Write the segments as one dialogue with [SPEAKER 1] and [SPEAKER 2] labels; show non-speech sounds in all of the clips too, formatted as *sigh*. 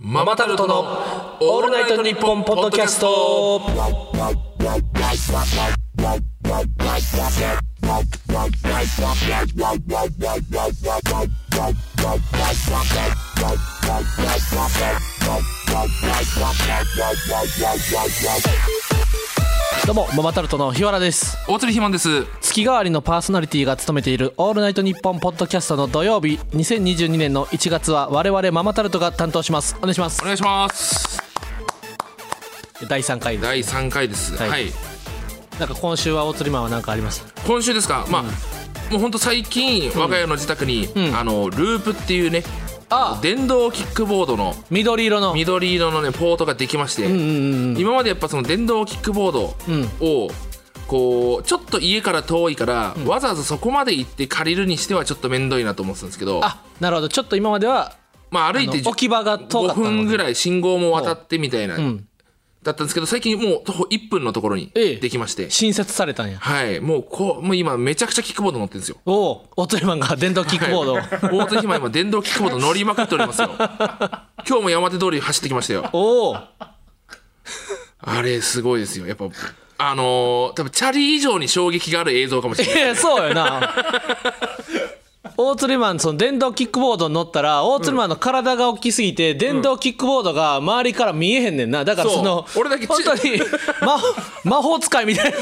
[SPEAKER 1] ママタルトのオールナイトニッポンポッドキャストどうもママタルトの日原です
[SPEAKER 2] 大釣りひまんです
[SPEAKER 1] 月替わりのパーソナリティが務めている「オールナイトニッポン」ポッドキャストの土曜日2022年の1月は我々ママタルトが担当しますお願いします
[SPEAKER 2] お願いします
[SPEAKER 1] 第3回です
[SPEAKER 2] 第3回です
[SPEAKER 1] は
[SPEAKER 2] はいい、
[SPEAKER 1] なんか今週は大釣りマンは何かありました
[SPEAKER 2] 今週ですかまあ、もうほんと最近我が家の自宅に、あのループっていうね
[SPEAKER 1] あ
[SPEAKER 2] 電動キックボードの
[SPEAKER 1] 緑色の
[SPEAKER 2] 緑色のねポートができまして、今までやっぱその電動キックボードを、こうちょっと家から遠いから、わざわざそこまで行って借りるにしてはちょっと面倒いなと思ってたんですけど
[SPEAKER 1] あなるほどちょっと今までは
[SPEAKER 2] まあ歩い
[SPEAKER 1] あ
[SPEAKER 2] て
[SPEAKER 1] の置き場が遠かった
[SPEAKER 2] 5
[SPEAKER 1] のね
[SPEAKER 2] 分ぐらい信号も渡ってみたいな、
[SPEAKER 1] ん
[SPEAKER 2] だったんですけど最近もう徒歩1分のところに
[SPEAKER 1] ええ
[SPEAKER 2] できまして、
[SPEAKER 1] 新設されたんや
[SPEAKER 2] はいもうこうもう今めちゃくちゃキックボード乗ってるんですよ
[SPEAKER 1] おお大釣りマンが電動キックボードを、
[SPEAKER 2] 大津暇今電動キックボード乗りまくっており
[SPEAKER 1] *laughs*
[SPEAKER 2] ますよ今日も山手通り走ってきましたよ
[SPEAKER 1] おお
[SPEAKER 2] あれすごいですよやっぱあのー多分チャリ以上に衝撃がある映像かもしれない
[SPEAKER 1] いやそうよな大釣りマンその電動キックボードに乗ったら大釣りマンの体が大きすぎて、電動キックボードが周りから見えへんねんなだから
[SPEAKER 2] そう
[SPEAKER 1] その
[SPEAKER 2] 俺だけち
[SPEAKER 1] 本当
[SPEAKER 2] *laughs*
[SPEAKER 1] に魔魔法使いみたいな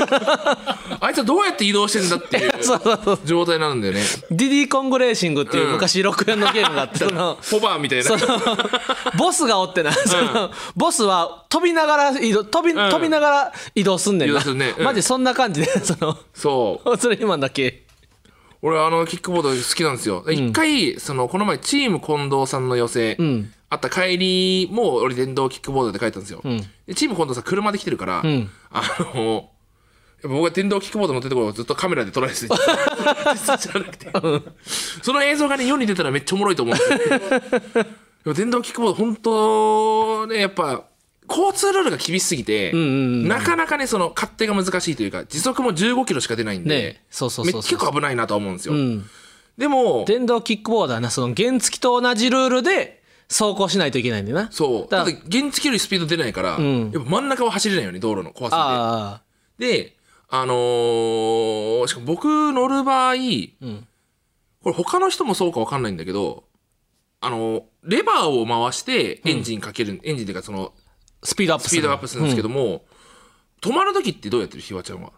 [SPEAKER 1] *laughs*
[SPEAKER 2] あいつはどうやって移動してんだっていう
[SPEAKER 1] そうそうそう
[SPEAKER 2] 状態なんだよね
[SPEAKER 1] ディディコングレーシングっていう
[SPEAKER 2] うん
[SPEAKER 1] 昔64のゲームがあって *laughs* その
[SPEAKER 2] ホバーみたいな
[SPEAKER 1] その
[SPEAKER 2] *laughs*
[SPEAKER 1] ボスがおってな、そのボスは飛びながら移動飛び,、
[SPEAKER 2] ん
[SPEAKER 1] 飛びながら移動すんねん
[SPEAKER 2] 移動
[SPEAKER 1] な、
[SPEAKER 2] するねうん
[SPEAKER 1] マジそん
[SPEAKER 2] *laughs*
[SPEAKER 1] な感じでその
[SPEAKER 2] そう
[SPEAKER 1] 大釣りマンだけ
[SPEAKER 2] 俺あのキックボード好きなんですよで一、回そのこの前チーム近藤さんの寄せ、あった帰りも俺電動キックボードで帰ったんですよ、でチーム近藤さん車で来てるから、あのやっぱ僕が電動キックボード乗ってるところをずっとカメラで捉えてて
[SPEAKER 1] *laughs*
[SPEAKER 2] 実際じゃなくてその映像がね世に出たらめっちゃおもろいと思うんですよ
[SPEAKER 1] *laughs*
[SPEAKER 2] でも電動キックボード本当ねやっぱ交通ルールが厳しすぎて、なかなかねその勝手が難しいというか時速も15キロしか出ないんで、
[SPEAKER 1] ねそうそうそうそう
[SPEAKER 2] め結構危ないなとは思うんですよ、でも
[SPEAKER 1] 電動キックボードはなその原付と同じルールで走行しないといけないんだよな
[SPEAKER 2] そうだ
[SPEAKER 1] だか
[SPEAKER 2] っ
[SPEAKER 1] ら
[SPEAKER 2] て原付よりスピード出ないから、やっぱ真ん中は走れないよね道路の怖さ
[SPEAKER 1] ああ
[SPEAKER 2] でであのーしかも僕乗る場合、これ他の人もそうか分かんないんだけどあのーレバーを回してエンジンかける、エンジンっていうかその
[SPEAKER 1] スピードアッ
[SPEAKER 2] ス
[SPEAKER 1] プ
[SPEAKER 2] ピ
[SPEAKER 1] する
[SPEAKER 2] ードアップするんですけども、止まる時ってどうやってるひわちゃんは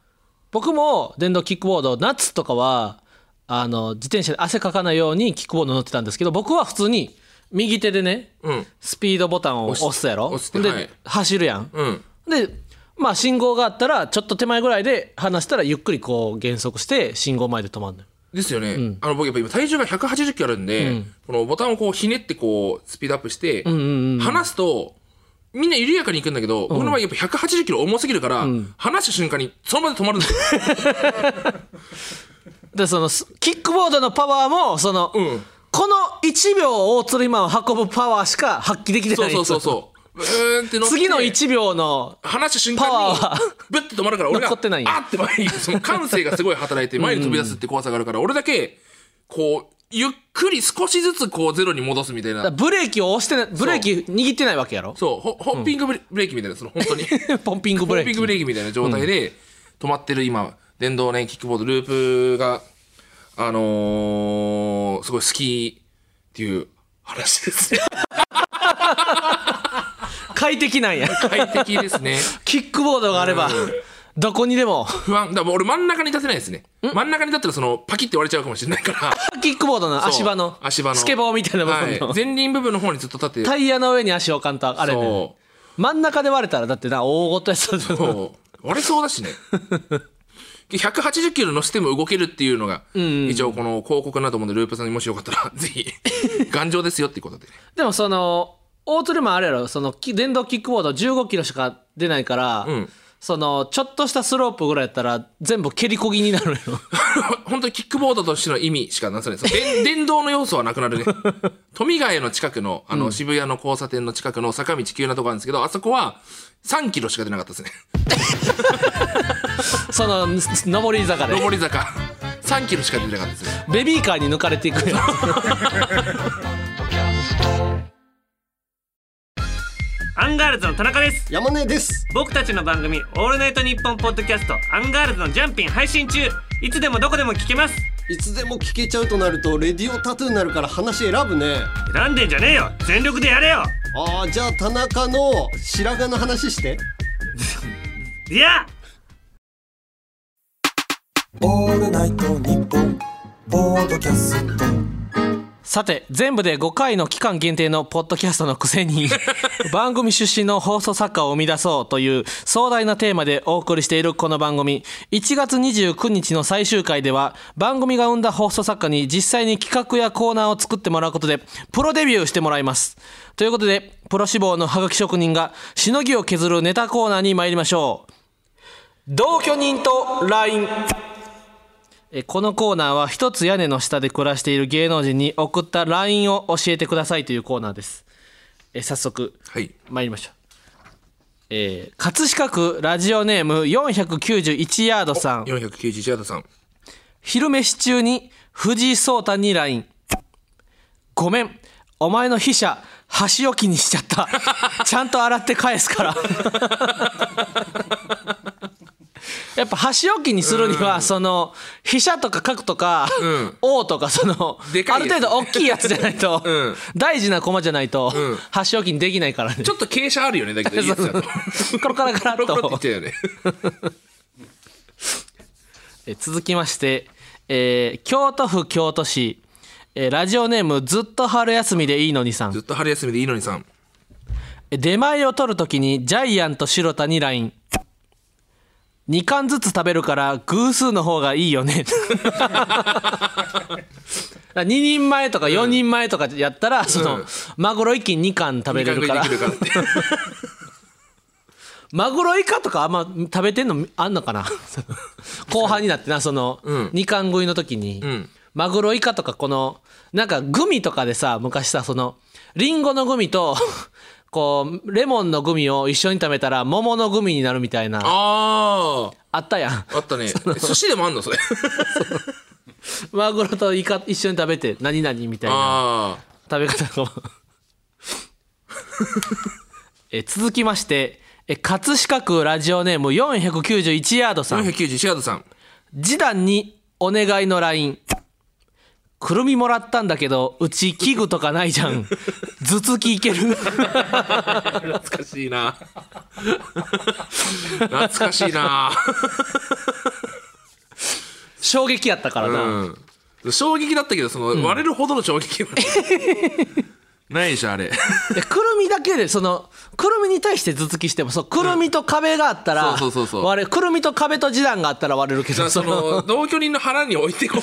[SPEAKER 1] 僕も電動キックボード夏とかはあの自転車で汗かかないようにキックボード乗ってたんですけど僕は普通に右手でね、
[SPEAKER 2] うん
[SPEAKER 1] スピードボタンを押すやろ
[SPEAKER 2] 押して
[SPEAKER 1] で、
[SPEAKER 2] はい
[SPEAKER 1] 走るやん、
[SPEAKER 2] うん
[SPEAKER 1] でまあ信号があったらちょっと手前ぐらいで離したらゆっくりこう減速して信号前で止まるのよ
[SPEAKER 2] ですよね、あの僕やっぱ今体重が180キロあるんで、このボタンをこうひねってこうスピードアップして、離すとみんな緩やかに行くんだけど、僕の場合やっぱ180キロ重すぎるから、離した瞬間にその場で止まるん
[SPEAKER 1] *laughs*
[SPEAKER 2] ですよ
[SPEAKER 1] でそのスキックボードのパワーもその、
[SPEAKER 2] ん
[SPEAKER 1] この1秒大釣りマンを運ぶパワーしか発揮できて
[SPEAKER 2] そ
[SPEAKER 1] な
[SPEAKER 2] う
[SPEAKER 1] い
[SPEAKER 2] そうそうそううーんって乗って
[SPEAKER 1] 次の1秒の
[SPEAKER 2] 離した瞬
[SPEAKER 1] パ
[SPEAKER 2] 間
[SPEAKER 1] ワ
[SPEAKER 2] に
[SPEAKER 1] ーは
[SPEAKER 2] ブッて止まるから俺が
[SPEAKER 1] 残ってないんや
[SPEAKER 2] あって前にその感性がすごい働い
[SPEAKER 1] *laughs*
[SPEAKER 2] て前に飛び出すって怖さがあるから俺だけこうゆっくり少しずつこうゼロに戻すみたい
[SPEAKER 1] だから
[SPEAKER 2] な
[SPEAKER 1] ブレーキを押してないブレーキ握ってないわけやろ
[SPEAKER 2] そうホホッピングブレブレーキみたいなその本当に
[SPEAKER 1] ポンピングブ
[SPEAKER 2] *laughs* ポ
[SPEAKER 1] レ
[SPEAKER 2] ン
[SPEAKER 1] ーキ
[SPEAKER 2] ピングブレーキみたいな状態で止まってる今電動ねキックボードループがあのー、すごい好きっていう話で
[SPEAKER 1] *laughs*
[SPEAKER 2] すね
[SPEAKER 1] *laughs* 快適な
[SPEAKER 2] *laughs*
[SPEAKER 1] んや
[SPEAKER 2] 快適ですね
[SPEAKER 1] キックボードがあれば、どこにでも
[SPEAKER 2] 不安だからもう俺真ん中に立てないですね真ん中に立ったらそのパキって割れちゃうかもしれないから
[SPEAKER 1] キックボードの *laughs* 足場の
[SPEAKER 2] そう足場の
[SPEAKER 1] スケボーみたいな部分の、
[SPEAKER 2] はい、前輪部分の方にずっと立って
[SPEAKER 1] タイヤの上に足を置かんとあれね
[SPEAKER 2] そ
[SPEAKER 1] 真ん中で割れたらだってな大ごとやつだ
[SPEAKER 2] うそう割れそうだしね180キロ乗せても動けるっていうのが、一応この広告になると思うんでループさんにもしよかったらぜ
[SPEAKER 1] *laughs*
[SPEAKER 2] ひ頑丈ですよっていうことで
[SPEAKER 1] でもそのオートレもあれやろそのき電動キックボード15キロしか出ないから、
[SPEAKER 2] ん
[SPEAKER 1] そのちょっとしたスロープぐらいやったら全部蹴りこぎになるよ
[SPEAKER 2] *laughs* 本当にキックボードとしての意味しかなさないです。電
[SPEAKER 1] *laughs*
[SPEAKER 2] 電動の要素はなくなるね。富ヶ谷の近くの、あの、渋谷の交差点の近くの坂道急なとこあるんですけど、あそこは3キロしか出なかった
[SPEAKER 1] *laughs*
[SPEAKER 2] ですね。
[SPEAKER 1] そのす上り
[SPEAKER 2] *laughs*
[SPEAKER 1] 坂で
[SPEAKER 2] 上り坂。3キロしか出なかったですね。
[SPEAKER 1] ベビーカーに抜かれていくよ
[SPEAKER 3] アンガールズの田中です
[SPEAKER 4] 山根です
[SPEAKER 3] 僕たちの番組「オールナイトニッポン」ポッドキャスト「アンガールズのジャンピン」配信中いつでもどこでも聞けます
[SPEAKER 4] いつでも聞けちゃうとなるとレディオタトゥーになるから話選ぶね
[SPEAKER 3] 選んでんじゃねえよ全力でやれよ
[SPEAKER 4] あーじゃあ田中の白髪の話して
[SPEAKER 3] いや
[SPEAKER 5] オールナイトニッポンポードキャスト
[SPEAKER 1] さて全部で5回の期間限定のポッドキャストのくせに番組出身の放送作家を生み出そうという壮大なテーマでお送りしているこの番組1月29日の最終回では番組が生んだ放送作家に実際に企画やコーナーを作ってもらうことでプロデビューしてもらいますということでプロ志望のハガキ職人がしのぎを削るネタコーナーに参りましょう同居人と LINE えーこのコーナーは一つ屋根の下で暮らしている芸能人に送った LINE を教えてくださいというコーナーですえー早速
[SPEAKER 2] はい。
[SPEAKER 1] 参りましょうえー葛飾区ラジオネーム491ヤードさん
[SPEAKER 2] 491ヤードさん。
[SPEAKER 1] 昼飯中に藤井聡太に LINE ごめんお前の飛車箸置きにしちゃった
[SPEAKER 2] *laughs*
[SPEAKER 1] ちゃんと洗って返すからやっぱ箸置きにするにはその飛車とか角とか
[SPEAKER 2] ん
[SPEAKER 1] 王とかその
[SPEAKER 2] で
[SPEAKER 1] あ
[SPEAKER 2] かい
[SPEAKER 1] る
[SPEAKER 2] やつ
[SPEAKER 1] 程度大きいやつじゃない
[SPEAKER 2] *laughs*
[SPEAKER 1] と
[SPEAKER 2] ん
[SPEAKER 1] 大事な駒じゃないと
[SPEAKER 2] ん
[SPEAKER 1] 箸置きにできないからね
[SPEAKER 2] ちょっと傾斜あるよね、だけど、
[SPEAKER 1] *laughs*
[SPEAKER 2] いいやつだと。
[SPEAKER 1] コロコロコ *laughs* ロ
[SPEAKER 2] ロ
[SPEAKER 1] っ
[SPEAKER 2] コロ
[SPEAKER 1] と
[SPEAKER 2] って言っちゃうよね。
[SPEAKER 1] え続きまして、えー京都府京都市、えーラジオネームずっと春休みでいいのにさん
[SPEAKER 2] ずっと春休みでいいのにさん。
[SPEAKER 1] え出前を取るときにジャイアンと白田に LINE2 貫ずつ食べるから偶数の方がいいよね *laughs* 2人前とか4人前とかやったら、その、
[SPEAKER 2] うん
[SPEAKER 1] マグロ一斤2貫食べれるから
[SPEAKER 2] 二回食いできるからって。
[SPEAKER 1] マグロイカとかあんま食べてんのあんのかな *laughs* その後半になってなその
[SPEAKER 2] ん
[SPEAKER 1] 2貫食いの時に、
[SPEAKER 2] ん
[SPEAKER 1] マグロイカとかこのなんかグミとかでさ昔さそのリンゴのグミと *laughs* こうレモンのグミを一緒に食べたら桃のグミになるみたいな
[SPEAKER 2] あ
[SPEAKER 1] あったやん
[SPEAKER 2] あ、あった
[SPEAKER 1] *laughs*
[SPEAKER 2] ね。寿司でもあんのそれ。
[SPEAKER 1] マグロとイカ一緒に食べて何々みたいな *laughs*
[SPEAKER 2] ああ。
[SPEAKER 1] 食べ方が *laughs* え続きましてえ葛飾区ラジオネーム491ヤードさん
[SPEAKER 2] 491ヤードさん。
[SPEAKER 1] 示談にお願いの LINE くるみもらったんだけどうち器具とかないじ
[SPEAKER 2] *laughs*
[SPEAKER 1] ゃん頭突きいける
[SPEAKER 2] 懐かしいな。懐かしいな。
[SPEAKER 1] 衝撃やったからな、
[SPEAKER 2] うん。衝撃だったけど、その、割れるほどの衝撃は *laughs* ないでしょ、あれ。
[SPEAKER 1] でくるみだけでそのくるみに対して頭突きしてもそうくるみと壁があったら、
[SPEAKER 2] うんそうそうそうそう
[SPEAKER 1] 割れくるみと壁と示談があったら割れるけ
[SPEAKER 2] じゃ
[SPEAKER 1] ど
[SPEAKER 2] あそ
[SPEAKER 1] その
[SPEAKER 2] の、同居人の腹に置いてこう、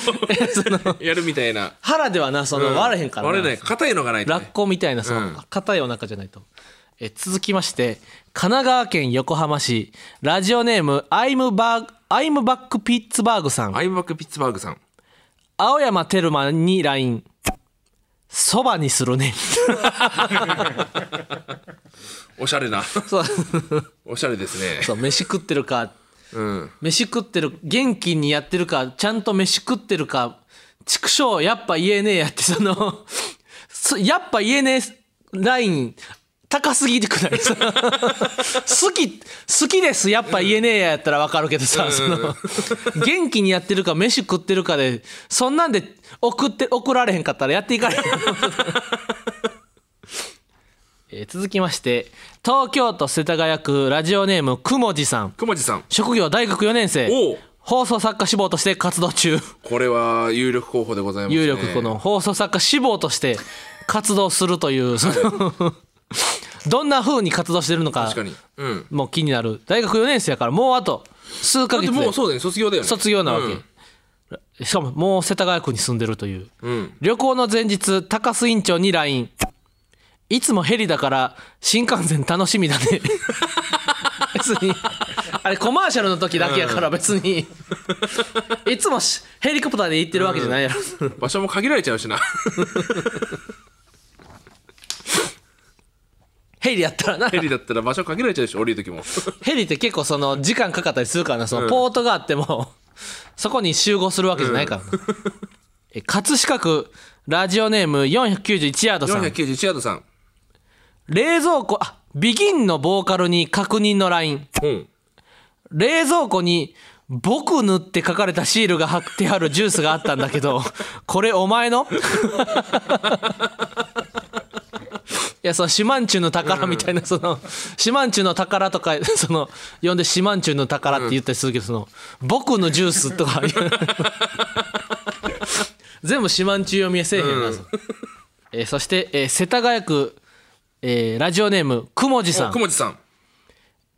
[SPEAKER 2] やるみたいな。
[SPEAKER 1] 腹ではなその、割れへんからな
[SPEAKER 2] 割れない。硬いのがないと
[SPEAKER 1] ラ
[SPEAKER 2] ね
[SPEAKER 1] ッ。コみたいなそ
[SPEAKER 2] うん
[SPEAKER 1] の硬いお腹じゃないと、え続きまして神奈川県横浜市ラジオネームアイムバーグアイムバックピッツバーグさん
[SPEAKER 2] アイムバックピッツバーグさん。
[SPEAKER 1] 青山テルマに LINE そばにするね
[SPEAKER 2] おしゃれな。
[SPEAKER 1] そう
[SPEAKER 2] おしゃれですね。
[SPEAKER 1] そう飯食ってるか
[SPEAKER 2] うん。
[SPEAKER 1] 飯食ってる元気にやってるかちゃんと飯食ってるか畜生やっぱ言えねえやってその *laughs* そやっぱ言えねえライン高すぎてくない *laughs* その好き好きですやっぱ言えねえややったらわかるけどさ、その元気にやってるか飯食ってるかでそんなんで送って送られへんかったらやっていかれへんえー続きまして東京都世田谷区ラジオネームくもじさん
[SPEAKER 2] くまじさん。
[SPEAKER 1] 職業大学4年生
[SPEAKER 2] おう
[SPEAKER 1] 放送作家志望として活動中
[SPEAKER 2] これは有力候補でございますね。
[SPEAKER 1] 有力この放送作家志望として活動するというその *laughs* どんな風に活動してるのか
[SPEAKER 2] 確かに。うん。
[SPEAKER 1] もう気になる大学4年生やからもうあと数
[SPEAKER 2] だ
[SPEAKER 1] ヶ
[SPEAKER 2] って
[SPEAKER 1] 月
[SPEAKER 2] も
[SPEAKER 1] で
[SPEAKER 2] うそうだよね、卒業だよね。
[SPEAKER 1] 卒業なわ
[SPEAKER 2] うん
[SPEAKER 1] け、しかももう世田谷区に住んでるという、
[SPEAKER 2] ん
[SPEAKER 1] 旅行の前日高須院長に LINE いつもヘリだから新幹線楽しみだね *laughs* 別にあれコマーシャルの時だけやから別に、いつもしヘリコプターで行ってるわけじゃないやろ、
[SPEAKER 2] 場所も限られちゃうし *laughs* な。
[SPEAKER 1] ヘリやったらな
[SPEAKER 2] ヘリだったら場所限られちゃうし、降りる時も。
[SPEAKER 1] ヘリって結構その時間かかったりするからなそのポートがあってもそこに集合するわけじゃないからな、え葛飾区ラジオネーム491ヤードさん
[SPEAKER 2] 491ヤードさん。
[SPEAKER 1] 冷蔵庫あビギンのボーカルに確認のライン
[SPEAKER 2] うん。
[SPEAKER 1] 冷蔵庫に「僕ぬ」って書かれたシールが貼ってあるジュースがあったんだけどこれお前の *laughs* いやその「シマンチュの宝」みたいなその「シマンチュの宝」とかその呼んで「シマンチュの宝」って言ったりするけどその「僕のジュース」とか *laughs* 全部「シマンチュ読みはせえへんな、そのえーそして、えー世田谷区、えーラジオネームくもじさ
[SPEAKER 2] お、
[SPEAKER 1] ん
[SPEAKER 2] くもじさん。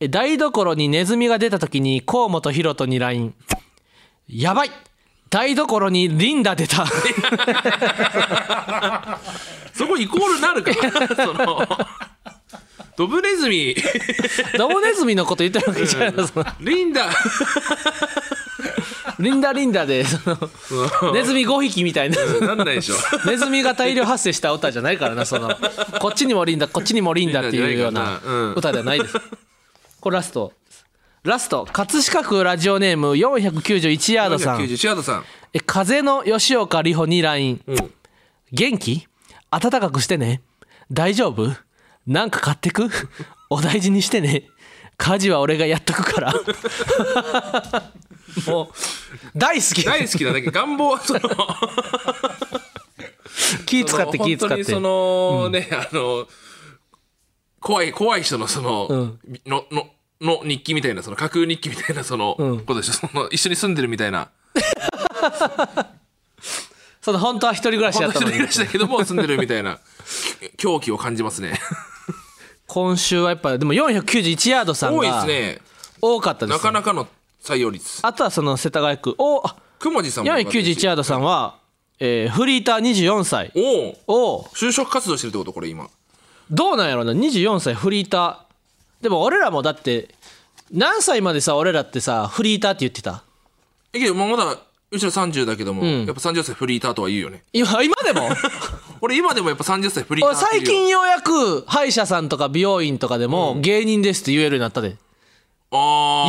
[SPEAKER 1] え台所にネズミが出た時に河本ロ人に LINE やばい台所にリンダ出 *laughs* た
[SPEAKER 2] そこイコールなる
[SPEAKER 1] *laughs*
[SPEAKER 2] から。その、ドブネズミ、
[SPEAKER 1] ドブネズミのこと言ってるわけじゃないのその
[SPEAKER 2] リンダ、
[SPEAKER 1] リンダリンダでそのネズミ5匹みたいな
[SPEAKER 2] なんないでしょ。
[SPEAKER 1] ネズミが大量発生した歌じゃないからなそのこっちにもリンダこっちにもリンダっていうような歌ではないですこれラストラスト葛飾区ラジオネーム491ヤードさん
[SPEAKER 2] 90、シアドさん。
[SPEAKER 1] え風の吉岡里帆に LINE、
[SPEAKER 2] ん
[SPEAKER 1] 元気暖かくしてね大丈夫なんか買ってくお大事にしてね家事は俺がやっとくから
[SPEAKER 2] *laughs*
[SPEAKER 1] もう大好き
[SPEAKER 2] 大好きだね。願望はその、
[SPEAKER 1] 気使って気使って
[SPEAKER 2] その本当にそのね、あの怖い怖い人のその、ののの日記みたいなその架空日記みたいなその、ことでしょその一緒に住んでるみたいな
[SPEAKER 1] その本当は一人暮らし
[SPEAKER 2] 本
[SPEAKER 1] だ
[SPEAKER 2] 当
[SPEAKER 1] っ
[SPEAKER 2] 一人暮
[SPEAKER 1] たのに
[SPEAKER 2] らしだけども住んでるみたい
[SPEAKER 1] *laughs*
[SPEAKER 2] なき狂気を感じますね
[SPEAKER 1] 今週はやっぱでも491ヤードさん
[SPEAKER 2] 多いで
[SPEAKER 1] が
[SPEAKER 2] すね
[SPEAKER 1] 多かったですね
[SPEAKER 2] なかなかの採用率
[SPEAKER 1] あとはその世田谷区おあ
[SPEAKER 2] くもじさんも
[SPEAKER 1] 491ヤードさんは、えーフリーター24歳
[SPEAKER 2] おお
[SPEAKER 1] を
[SPEAKER 2] 就職活動してるってことこれ今
[SPEAKER 1] どうなんやろな24歳フリーターでも俺らもだって何歳までさ俺らってさフリーターって言ってた
[SPEAKER 2] えけどまあまだうちら30だけども、やっぱ30歳フリーターとは言うよね
[SPEAKER 1] 今今
[SPEAKER 2] *laughs*
[SPEAKER 1] でも
[SPEAKER 2] 俺今でもやっぱ30歳フリーター
[SPEAKER 1] 俺
[SPEAKER 2] って
[SPEAKER 1] 最
[SPEAKER 2] 言うよ
[SPEAKER 1] 近ようやく歯医者さんとか美容院とかでも芸人ですって言えるようになったで
[SPEAKER 2] あ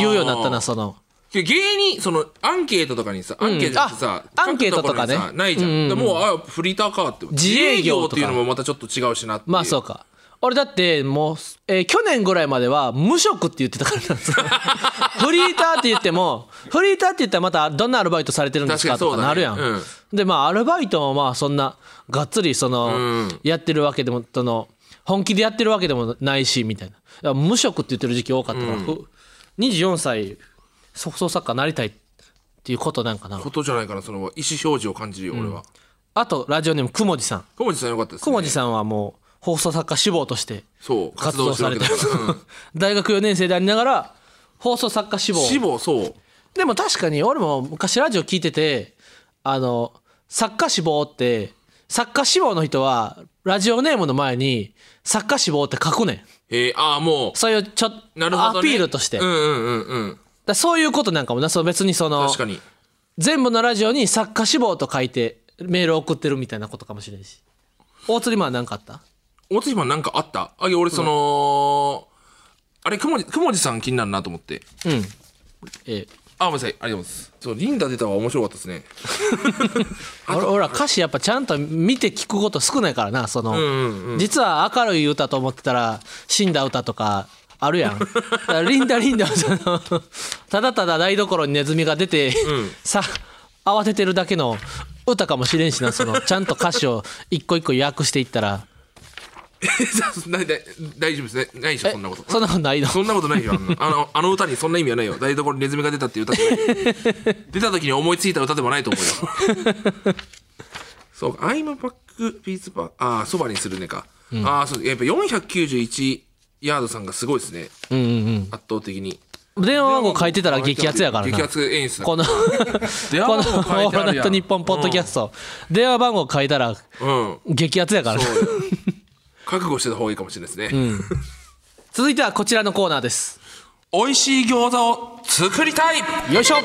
[SPEAKER 2] ー
[SPEAKER 1] 言うようになったなその
[SPEAKER 2] で芸人そのアンケートとかにさアンケートってさ、
[SPEAKER 1] あアンケートとかね
[SPEAKER 2] 書くろにさないじゃん,、でもうあフリーターかって
[SPEAKER 1] 自営業
[SPEAKER 2] 自
[SPEAKER 1] とか
[SPEAKER 2] っていうのもまたちょっと違うしなってい
[SPEAKER 1] まあそうか俺だってもう、えー去年ぐらいまでは無職って言ってたからなそ
[SPEAKER 2] *laughs*
[SPEAKER 1] のフリーターって言ってもフリーターって言ったらまたどんなアルバイトされてるんですか
[SPEAKER 2] 確かに
[SPEAKER 1] と
[SPEAKER 2] そ
[SPEAKER 1] か
[SPEAKER 2] うだね
[SPEAKER 1] なるやん、でまあアルバイトもまあそんながっつりその、
[SPEAKER 2] うん
[SPEAKER 1] やってるわけでもその本気でやってるわけでもないしみたいなだから無職って言ってる時期多かったから、ふ24歳即奏作家になりたいっていうことなんかな
[SPEAKER 2] ことじゃないかなその意思表示を感じるよ俺は
[SPEAKER 1] あとラジオネームくもじさん
[SPEAKER 2] 小文字さんよかったです、ね、
[SPEAKER 1] くもじさんはもう放送作家志望として
[SPEAKER 2] そう
[SPEAKER 1] 活
[SPEAKER 2] 活
[SPEAKER 1] 動
[SPEAKER 2] 動して
[SPEAKER 1] さ
[SPEAKER 2] るわ
[SPEAKER 1] れ
[SPEAKER 2] け
[SPEAKER 1] て
[SPEAKER 2] だ
[SPEAKER 1] る
[SPEAKER 2] から、うん
[SPEAKER 1] 大学4年生でありながら放送作家志望
[SPEAKER 2] 志望そう
[SPEAKER 1] でも確かに俺も昔ラジオ聞いててあの作家志望って作家志望の人はラジオネームの前に作家志望って書くねん
[SPEAKER 2] えー、ああも
[SPEAKER 1] そういうちょっと
[SPEAKER 2] うなるほど、ね、
[SPEAKER 1] アピールとして、
[SPEAKER 2] うん
[SPEAKER 1] だか
[SPEAKER 2] うんうんうん
[SPEAKER 1] らそういうことなんかもなそう別にその
[SPEAKER 2] 確かに
[SPEAKER 1] 全部のラジオに作家志望と書いてメール送ってるみたいなことかもしれんし大釣りマンなんかあった
[SPEAKER 2] 大津んなんかあったあいや俺その、あれくもじくもじさん気になるなと思って
[SPEAKER 1] うんええ
[SPEAKER 2] あごめんなさいありがとうございますそうリンダ出たは面白かったですね *laughs*
[SPEAKER 1] 俺俺ら歌詞やっぱちゃんと見て聞くこと少ないからなその、実は明るい歌と思ってたら死んだ歌とかあるや
[SPEAKER 2] *laughs*
[SPEAKER 1] んだからリンダリンダはそのただただ台所にネズミが出て、さ慌ててるだけの歌かもしれんしなそのちゃんと歌詞を一個一個訳していったら
[SPEAKER 2] 大大大丈夫ですねないでしょそんなこと
[SPEAKER 1] そんなことないの
[SPEAKER 2] そんなことないよあんなあのあの歌にそんな意味はないよ台所にネズミが出たっていう歌じゃないよ出た時に思いついた歌でもないと思うよそうか「I'm back, peace back」ああそばにするねか、ああそうやっぱ491ヤードさんがすごいですね、圧倒的に
[SPEAKER 1] 電話番号書いてたら激アツやからな
[SPEAKER 2] 激アツ演出だ
[SPEAKER 1] このこ
[SPEAKER 2] 電
[SPEAKER 1] の「オ
[SPEAKER 2] 話番号書い
[SPEAKER 1] ー
[SPEAKER 2] てあ
[SPEAKER 1] ル
[SPEAKER 2] る
[SPEAKER 1] ナイ
[SPEAKER 2] やん
[SPEAKER 1] トニッポン」ポッドキャスト、電話番号書いたら
[SPEAKER 2] うん
[SPEAKER 1] 激アツやからな
[SPEAKER 2] そうよ覚悟してた方がいいかもしれないですね、
[SPEAKER 1] 続いてはこちらのコーナーです
[SPEAKER 2] 美味しい餃子を作りたい
[SPEAKER 1] よいしょ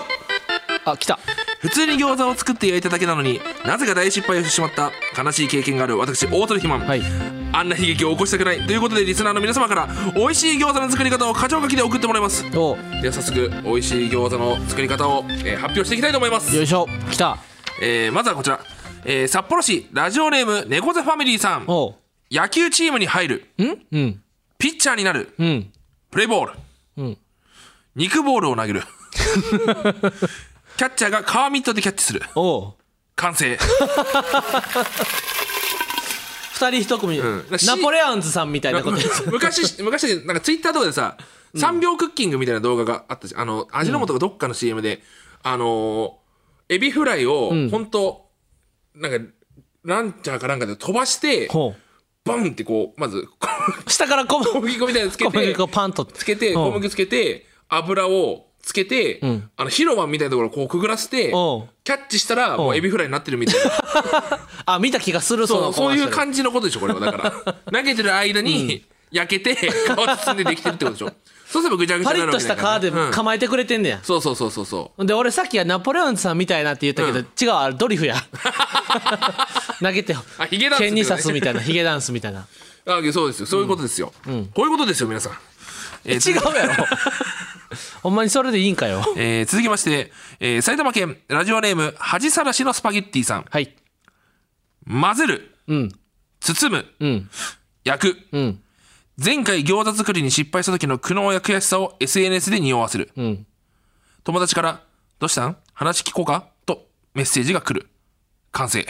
[SPEAKER 1] あ来た
[SPEAKER 2] 普通に餃子を作って焼いただけなのになぜか大失敗をしてしまった悲しい経験がある私大鳥ひまん、
[SPEAKER 1] はい
[SPEAKER 2] あんな悲劇を起こしたくないということでリスナーの皆様から美味しい餃子の作り方を箇条書きで送ってもらいますで
[SPEAKER 1] お
[SPEAKER 2] は早速美味しい餃子の作り方を、えー発表していきたいと思います
[SPEAKER 1] よいしょ来た
[SPEAKER 2] えーまずはこちら、えー札幌市ラジオネーム猫背ファミリーさん
[SPEAKER 1] おう
[SPEAKER 2] 野球チームに入る
[SPEAKER 1] んうん
[SPEAKER 2] ピッチャーになる
[SPEAKER 1] うん。
[SPEAKER 2] プレイボール、肉ボールを投
[SPEAKER 1] *laughs*
[SPEAKER 2] げるキャッチャーがカーミットでキャッチする
[SPEAKER 1] おう。
[SPEAKER 2] 完成
[SPEAKER 1] 二人一組、
[SPEAKER 2] ん
[SPEAKER 1] ナポレアンズさんみたいなことやつ。
[SPEAKER 2] *laughs* 昔昔なんかツイッターとかでさ3秒クッキングみたいな動画があったじゃんあの味の素がどっかの CM で、あのーエビフライを本当、なんかランチャーかなんかで飛ばして
[SPEAKER 1] ほ
[SPEAKER 2] バンってこうまず *laughs* こう
[SPEAKER 1] う。下から小
[SPEAKER 2] 小
[SPEAKER 1] 麦
[SPEAKER 2] 麦粉みたいなのつけ
[SPEAKER 1] 小麦
[SPEAKER 2] て
[SPEAKER 1] 粉パンと。つ
[SPEAKER 2] つけて
[SPEAKER 1] うん
[SPEAKER 2] 小麦つけて油をつけて、
[SPEAKER 1] ん
[SPEAKER 2] あの広場みたいなところをこうくぐらせてキ
[SPEAKER 1] お
[SPEAKER 2] ャ
[SPEAKER 1] う
[SPEAKER 2] ッチしたらもうエビフライになってるみたいな
[SPEAKER 1] あ、見た気がする、そ
[SPEAKER 2] そう
[SPEAKER 1] の
[SPEAKER 2] そういう
[SPEAKER 1] じ。
[SPEAKER 2] 感じのことでしょこれはだ
[SPEAKER 1] *laughs*
[SPEAKER 2] から投げてる間に焼けて皮包んでできてるってことでしょそうすればぐちゃぐちゃ
[SPEAKER 1] パ
[SPEAKER 2] に
[SPEAKER 1] リ
[SPEAKER 2] なるわ
[SPEAKER 1] ッと
[SPEAKER 2] け
[SPEAKER 1] し
[SPEAKER 2] だ
[SPEAKER 1] た
[SPEAKER 2] から
[SPEAKER 1] 皮
[SPEAKER 2] ね
[SPEAKER 1] で
[SPEAKER 2] うん
[SPEAKER 1] 構えてくれてんねや。
[SPEAKER 2] そうそうそうそうそ
[SPEAKER 1] で、俺さっきはナポレオンズさんみたいなって言ったけど、
[SPEAKER 2] うん
[SPEAKER 1] 違う、あれド
[SPEAKER 2] *laughs*
[SPEAKER 1] リフや。投げて、
[SPEAKER 2] あヒゲダンスってことね
[SPEAKER 1] 剣に刺すみたいな、ヒゲダンスみ
[SPEAKER 2] *laughs*
[SPEAKER 1] たいな。
[SPEAKER 2] うあそうですよそういうことですよ、こういうことですよ皆さん、えー
[SPEAKER 1] 違うやろ。ほんまにそれでいいんかよ。
[SPEAKER 2] えー続きまして、えー埼玉県ラジオネーム恥さらしのスパゲッティさん
[SPEAKER 1] はい。
[SPEAKER 2] 混ぜる
[SPEAKER 1] うん。
[SPEAKER 2] 包む
[SPEAKER 1] うん。
[SPEAKER 2] 焼く
[SPEAKER 1] うん。
[SPEAKER 2] 前回餃子作りに失敗した時の苦悩や悔しさを SNS で匂わせる、
[SPEAKER 1] ん
[SPEAKER 2] 友達から「どうしたん話聞こうか?」とメッセージが来る完
[SPEAKER 1] *laughs*
[SPEAKER 2] 成
[SPEAKER 1] 来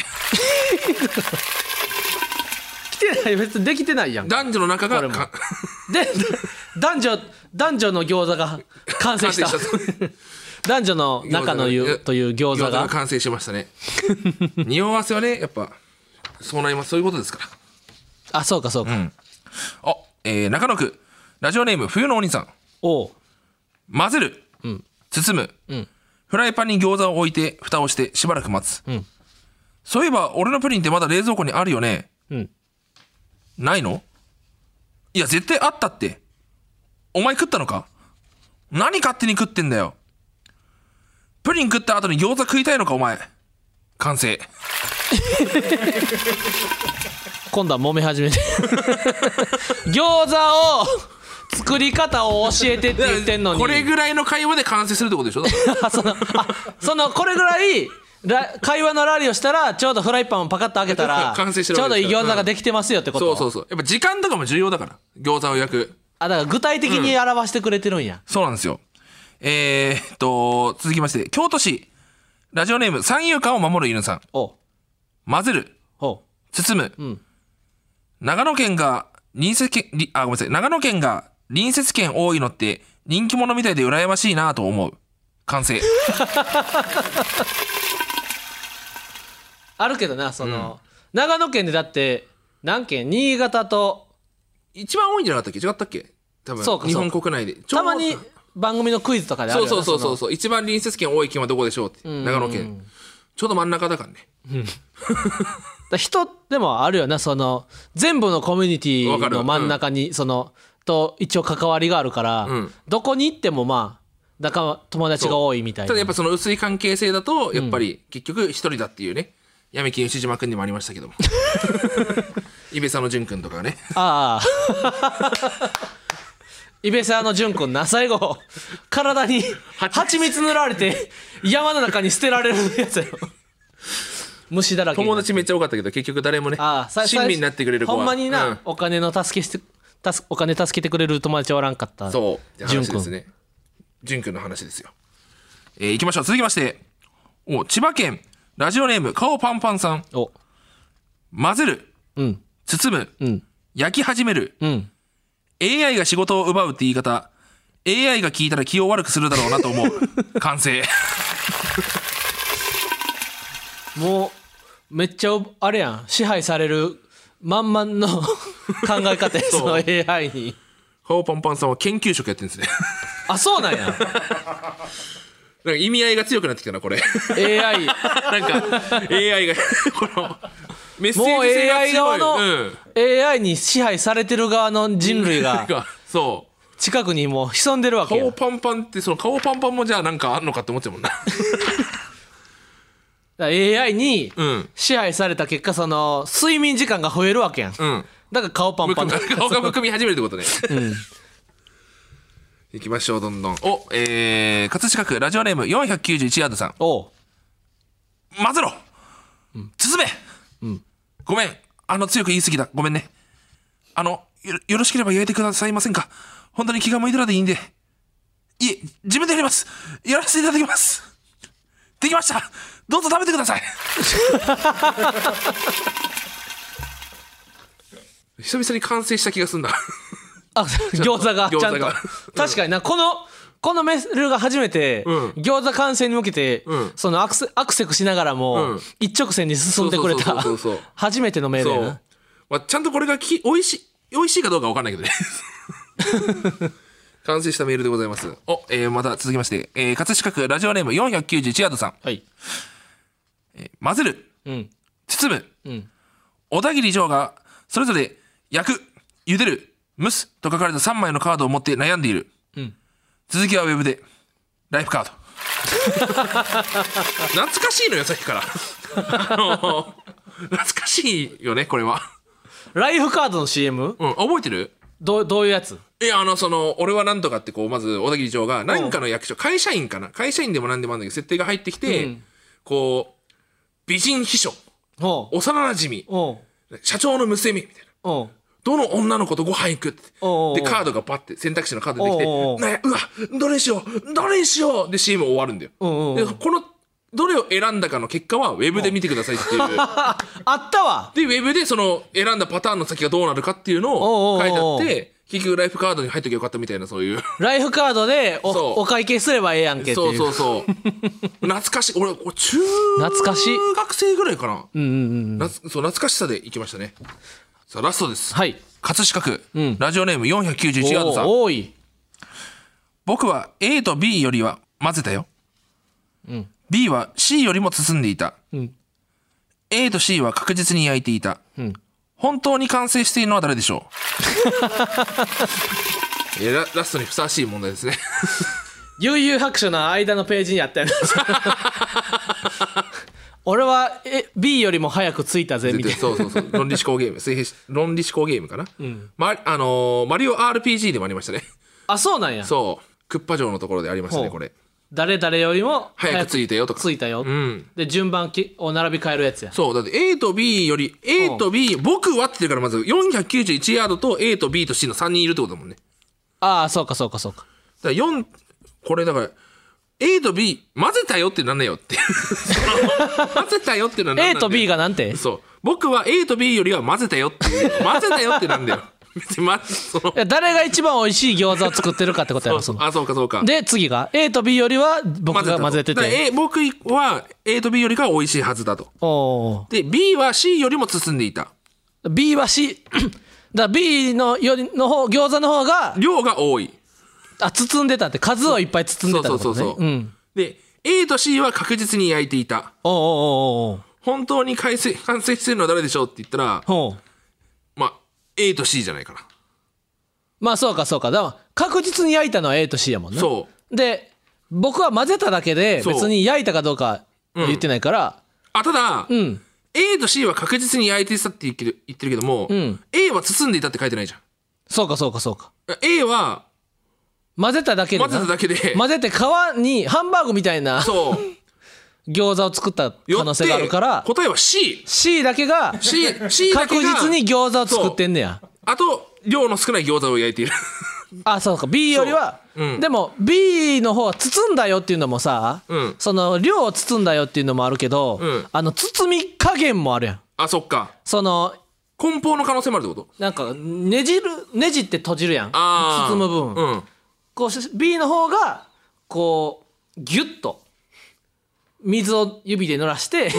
[SPEAKER 1] てない、別にできてないやん。で、
[SPEAKER 2] 男女の中が
[SPEAKER 1] も
[SPEAKER 2] か
[SPEAKER 1] 男女、男女の餃子が完成
[SPEAKER 2] 完
[SPEAKER 1] した。
[SPEAKER 2] 成 *laughs* した
[SPEAKER 1] 男女の中の
[SPEAKER 2] 餃子
[SPEAKER 1] 湯
[SPEAKER 2] が
[SPEAKER 1] という餃子が。
[SPEAKER 2] 完成しましたね *laughs* 匂わせはねやっぱそうなりますそういうことですから
[SPEAKER 1] あ、そうかそうか。
[SPEAKER 2] あ、えー中野区ラジオネーム冬のお兄さん
[SPEAKER 1] おう。
[SPEAKER 2] 混ぜる、包む、フライパンに餃子を置いて蓋をしてしばらく待つ、そういえば俺のプリンってまだ冷蔵庫にあるよね、
[SPEAKER 1] ん
[SPEAKER 2] ないのいや絶対あったってお前食ったのか何勝手に食ってんだよプリン食った後に餃子食いたいのかお前完成
[SPEAKER 1] 今度は揉め始めて *laughs* 餃子を作り方を教えてって言ってんのに
[SPEAKER 2] これぐらいの会話で完成するってことでしょだから
[SPEAKER 1] あ *laughs* そのあそのこれぐらいら会話のラリをしたらちょうどフライパンをパカッと開けたら
[SPEAKER 2] *laughs* 完成して
[SPEAKER 1] ち
[SPEAKER 2] るわ
[SPEAKER 1] ょうど
[SPEAKER 2] け
[SPEAKER 1] いい
[SPEAKER 2] ですから
[SPEAKER 1] 餃子ができてますよってこと、
[SPEAKER 2] そうそうそうやっぱ時間とかも重要だから餃子を焼く
[SPEAKER 1] あだから具体的に表してくれてるんや、
[SPEAKER 2] そうなんですよ。えー、っと、続きまして、京都市、ラジオネーム、三遊間を守る犬さん。
[SPEAKER 1] おう
[SPEAKER 2] 混ぜる、
[SPEAKER 1] ほ
[SPEAKER 2] 包む。長野県が、隣接県、りあ、ごめんなさい。長野県が隣接県多いのって、人気者みたいで羨ましいなと思う。完成。
[SPEAKER 1] うあるけどなその、長野県でだって何県新潟と
[SPEAKER 2] 一番多いんじゃなかったっけ違ったっけ多分
[SPEAKER 1] そうか
[SPEAKER 2] 日
[SPEAKER 1] そうか
[SPEAKER 2] 本国内で。ちょうど
[SPEAKER 1] たまに番組のクイズとかである
[SPEAKER 2] そ
[SPEAKER 1] よ
[SPEAKER 2] う
[SPEAKER 1] な
[SPEAKER 2] そうそうそう
[SPEAKER 1] の
[SPEAKER 2] そう。一番隣接県多い県はどこでしょうって。長野県。ちょうど真ん中だからね。
[SPEAKER 1] だ人でもあるよなその全部のコミュニテ
[SPEAKER 2] わか
[SPEAKER 1] ィ
[SPEAKER 2] る
[SPEAKER 1] の真ん中にその、と一応関わりがあるから、
[SPEAKER 2] ん
[SPEAKER 1] どこに行ってもまあ仲友達が多いみたい
[SPEAKER 2] た
[SPEAKER 1] な
[SPEAKER 2] だやっぱその薄い関係性だと、やっぱり結局一人だっていうね、闇金牛島くんにもありましたけ
[SPEAKER 1] *laughs*
[SPEAKER 2] ども。イベサの淳くんとかがね。
[SPEAKER 1] ああイベサの淳君な最後体に蜂蜜塗られて山の中に捨てられるやつやろ虫だらけに
[SPEAKER 2] 友
[SPEAKER 1] なって
[SPEAKER 2] 達めっちゃ多かったけど、結局誰もね、
[SPEAKER 1] ああさ
[SPEAKER 2] 親身になってくれる子は。
[SPEAKER 1] ほんまにな、
[SPEAKER 2] うん
[SPEAKER 1] お金の助けして助お金助けてくれる友達はおらんかった
[SPEAKER 2] そう。って
[SPEAKER 1] 淳
[SPEAKER 2] 話で
[SPEAKER 1] 君
[SPEAKER 2] すね。淳くんの話ですよ。えー、行きましょう。続きまして。お、千葉県、ラジオネーム、顔パンパンさん。
[SPEAKER 1] お
[SPEAKER 2] 混ぜる、
[SPEAKER 1] うん
[SPEAKER 2] 包む、
[SPEAKER 1] ん
[SPEAKER 2] 焼き始める、
[SPEAKER 1] うん
[SPEAKER 2] AI が仕事を奪うって言い方 AI が聞いたら気を悪くするだろうなと思う
[SPEAKER 1] *laughs*
[SPEAKER 2] 完成
[SPEAKER 1] もうめっちゃおあれやん支配される満々
[SPEAKER 2] *laughs*
[SPEAKER 1] の考え方やその AI に
[SPEAKER 2] 顔パンパンさんは研究職やってるんですね
[SPEAKER 1] あそうなんや
[SPEAKER 2] なんか意味合いが強くなってきたなこれなん
[SPEAKER 1] AI
[SPEAKER 2] か AI がこのメッセ
[SPEAKER 1] もう
[SPEAKER 2] ージ性が
[SPEAKER 1] AI
[SPEAKER 2] 強
[SPEAKER 1] 側
[SPEAKER 2] い
[SPEAKER 1] の、
[SPEAKER 2] うん、
[SPEAKER 1] AI に支配されてる側の人類
[SPEAKER 2] なん *laughs*
[SPEAKER 1] が
[SPEAKER 2] かそう
[SPEAKER 1] 近くにもう潜んでるわけ
[SPEAKER 2] 顔
[SPEAKER 1] や
[SPEAKER 2] パンパンってその顔パンパンもじゃあなんかあんのかって思っちゃうもんな
[SPEAKER 1] AI に
[SPEAKER 2] うん
[SPEAKER 1] 支配された結果その睡眠時間が増えるわけやん、
[SPEAKER 2] うん
[SPEAKER 1] だから顔パンパンだ
[SPEAKER 2] 顔がむくみ始めるってことね、行きましょうどんどんおえー、葛飾区ラジオネーム491ヤードさん
[SPEAKER 1] おう
[SPEAKER 2] 混ぜろ、包め、ごめんあの強く言い過ぎたごめんねあのよよろしければ焼いてくださいませんか本当に気が向いたらでいいんで。いえ、自分でやりますやらせていただきますできましたどうぞ食べてください *laughs* 久々に完成した気がすんだ。
[SPEAKER 1] あ、餃子が
[SPEAKER 2] 餃子が
[SPEAKER 1] ちゃんと
[SPEAKER 2] うん。
[SPEAKER 1] 確かにな、この、このメールが初めて、
[SPEAKER 2] うん
[SPEAKER 1] 餃子完成に向けて、
[SPEAKER 2] うん
[SPEAKER 1] そのアクセアクセクしながらも、
[SPEAKER 2] うん
[SPEAKER 1] 一直線に進んでくれた
[SPEAKER 2] そうそうそうそうそう、
[SPEAKER 1] 初めてのメール
[SPEAKER 2] そ
[SPEAKER 1] や
[SPEAKER 2] う
[SPEAKER 1] な。。
[SPEAKER 2] まあ、ちゃんとこれがき美味しい、美味しいかどうかわかんないけ
[SPEAKER 1] *laughs*
[SPEAKER 2] どね。完成したメールでございます。お、えーまた続きまして、えー、葛飾区ラジオネーム491ヤードさん。
[SPEAKER 1] はい。
[SPEAKER 2] 混ぜる、
[SPEAKER 1] ん
[SPEAKER 2] 包む、
[SPEAKER 1] ん
[SPEAKER 2] 小田切城がそれぞれ焼く茹でる蒸すと書かれた3枚のカードを持って悩んでいる、
[SPEAKER 1] ん
[SPEAKER 2] 続きはウェブでライフカー
[SPEAKER 1] *laughs*
[SPEAKER 2] ド懐かしいのよさっきからあの懐かしいよねこれは、
[SPEAKER 1] ライフカードの CM?
[SPEAKER 2] うん、覚えてる
[SPEAKER 1] どう、どういうやつ
[SPEAKER 2] いやあのその俺はなんとかってこうまず小田切城が何かの役所会社員かな会社員でも何でもあるんだけど設定が入ってきて、こう美人秘書
[SPEAKER 1] おう。
[SPEAKER 2] 幼馴染
[SPEAKER 1] おう。
[SPEAKER 2] 社長の娘みたいな。
[SPEAKER 1] おう。
[SPEAKER 2] どの女の子とご飯行くって。
[SPEAKER 1] おうおう
[SPEAKER 2] で、カードがバッて、選択肢のカード出てきて、
[SPEAKER 1] おうおう
[SPEAKER 2] ね、うわ、どれにしようどれにしようで、CM 終わるんだよ。
[SPEAKER 1] おうおう
[SPEAKER 2] で、この、どれを選んだかの結果は、ウェブで見てくださいってい
[SPEAKER 1] *laughs*
[SPEAKER 2] う。
[SPEAKER 1] あ、あったわ
[SPEAKER 2] で、ウェブでその、選んだパターンの先がどうなるかっていうの
[SPEAKER 1] おう
[SPEAKER 2] を
[SPEAKER 1] おうおう
[SPEAKER 2] 書いてあって、結局ライフカードに入っときゃよかったみたいな、そういう。
[SPEAKER 1] ライフカードで
[SPEAKER 2] そう
[SPEAKER 1] おお会計すればええやんけっていう。
[SPEAKER 2] そうそうそう。
[SPEAKER 1] *laughs*
[SPEAKER 2] 懐かしい。俺、これ中
[SPEAKER 1] 懐かしい
[SPEAKER 2] 学生ぐらいかな。
[SPEAKER 1] うんうんうん。
[SPEAKER 2] なそう、懐かしさで行きましたね。さあ、ラストです。
[SPEAKER 1] はい。
[SPEAKER 2] 葛飾区、
[SPEAKER 1] ん
[SPEAKER 2] ラジオネーム491ヤードさん。
[SPEAKER 1] お多い。
[SPEAKER 2] 僕は A と B よりは混ぜたよ、B は C よりも包んでいた、
[SPEAKER 1] ん
[SPEAKER 2] A と C は確実に焼いていた、本当に完成しているのは誰でしょう *laughs* いやララストにふさわしい問題ですね
[SPEAKER 1] 悠々白書の間のページにあったやつ *laughs* 俺はえ B よりも早く着いたぜみたいな
[SPEAKER 2] そうそうそう論理思考ゲーム水平し論理思考ゲームかな、まあのーマリオ RPG でもありましたね
[SPEAKER 1] あそうなんや
[SPEAKER 2] そうクッパ城のところでありましたね
[SPEAKER 1] ほ
[SPEAKER 2] こ
[SPEAKER 1] う
[SPEAKER 2] れ
[SPEAKER 1] 誰々よりも
[SPEAKER 2] 早く着いたよとか
[SPEAKER 1] 着いたよ、
[SPEAKER 2] うん
[SPEAKER 1] で順番きを並び替えるやつや
[SPEAKER 2] そう、だって A と B より、A と B、僕はって言うから、まず491ヤードと A と B と C の3人いるってことだもんね。
[SPEAKER 1] ああそうかそうかそうか
[SPEAKER 2] だから4、これだから、A と B、混ぜたよってなんねよって。 *laughs* その混ぜたよってなんなんだ
[SPEAKER 1] A
[SPEAKER 2] よ
[SPEAKER 1] と B がなんてい
[SPEAKER 2] そう。僕は A と B よりは混ぜたよっていう。混ぜたよってなんだよ。 *laughs* 別に、ま、そ
[SPEAKER 1] *laughs*
[SPEAKER 2] の、
[SPEAKER 1] や誰が一番美味しい餃子を作ってるかってことやろその
[SPEAKER 2] あ、そうかそうか。
[SPEAKER 1] で次が A と B よりは僕が
[SPEAKER 2] と
[SPEAKER 1] 混ぜて
[SPEAKER 2] だから
[SPEAKER 1] て
[SPEAKER 2] A 僕は A と B よりが美味しいはずだと。
[SPEAKER 1] お
[SPEAKER 2] で、B は C よりも包んでいた。
[SPEAKER 1] ー B は C だから B のよりの方餃子の方が
[SPEAKER 2] 量が多い。
[SPEAKER 1] あ包んでたって数をいっぱい包んでたってことね
[SPEAKER 2] そうそうそうそう
[SPEAKER 1] うん
[SPEAKER 2] で、A と C は確実に焼いていた。
[SPEAKER 1] おうおうおうおう
[SPEAKER 2] 本当に完成 *laughs* 完成してるのは誰でしょうって言ったら、
[SPEAKER 1] ほう
[SPEAKER 2] まあ、A と C じゃないかな。
[SPEAKER 1] まあそうかそうかだから確実に焼いたのは A と C やもんね
[SPEAKER 2] そ
[SPEAKER 1] で僕は混ぜただけで
[SPEAKER 2] そう
[SPEAKER 1] 別に焼いたかどうか言ってないから
[SPEAKER 2] あ、ただ、
[SPEAKER 1] うん、
[SPEAKER 2] A と C は確実に焼いてたって言ってる言ってるけども、
[SPEAKER 1] ん
[SPEAKER 2] A は包んでいたって書いてないじゃん。
[SPEAKER 1] そうかそうかそうか
[SPEAKER 2] A は
[SPEAKER 1] 混ぜただけでな
[SPEAKER 2] 混ぜただけで、
[SPEAKER 1] *laughs* 混ぜて皮にハンバーグみたい
[SPEAKER 2] *laughs*
[SPEAKER 1] な
[SPEAKER 2] そう。
[SPEAKER 1] 餃子を作った
[SPEAKER 2] よって
[SPEAKER 1] 可能性があるから
[SPEAKER 2] 答えは C。
[SPEAKER 1] C だけが
[SPEAKER 2] C、C だけ
[SPEAKER 1] 確
[SPEAKER 2] が
[SPEAKER 1] 実に餃子を作ってんねや
[SPEAKER 2] あと、量の少ない餃子を焼いている。
[SPEAKER 1] あそうか B よりは、
[SPEAKER 2] うん
[SPEAKER 1] でも B の方は包んだよっていうのもさ、
[SPEAKER 2] うん
[SPEAKER 1] その量を包んだよっていうのもあるけど、
[SPEAKER 2] ん
[SPEAKER 1] あの包み加減もあるやん
[SPEAKER 2] あ、そっか。
[SPEAKER 1] その
[SPEAKER 2] 梱包の可能性もあるってこと
[SPEAKER 1] なんかねじるねじって閉じるやん
[SPEAKER 2] ああ。
[SPEAKER 1] 包む分、
[SPEAKER 2] うん。
[SPEAKER 1] こうし B の方がこうギュッと水を指で濡らして、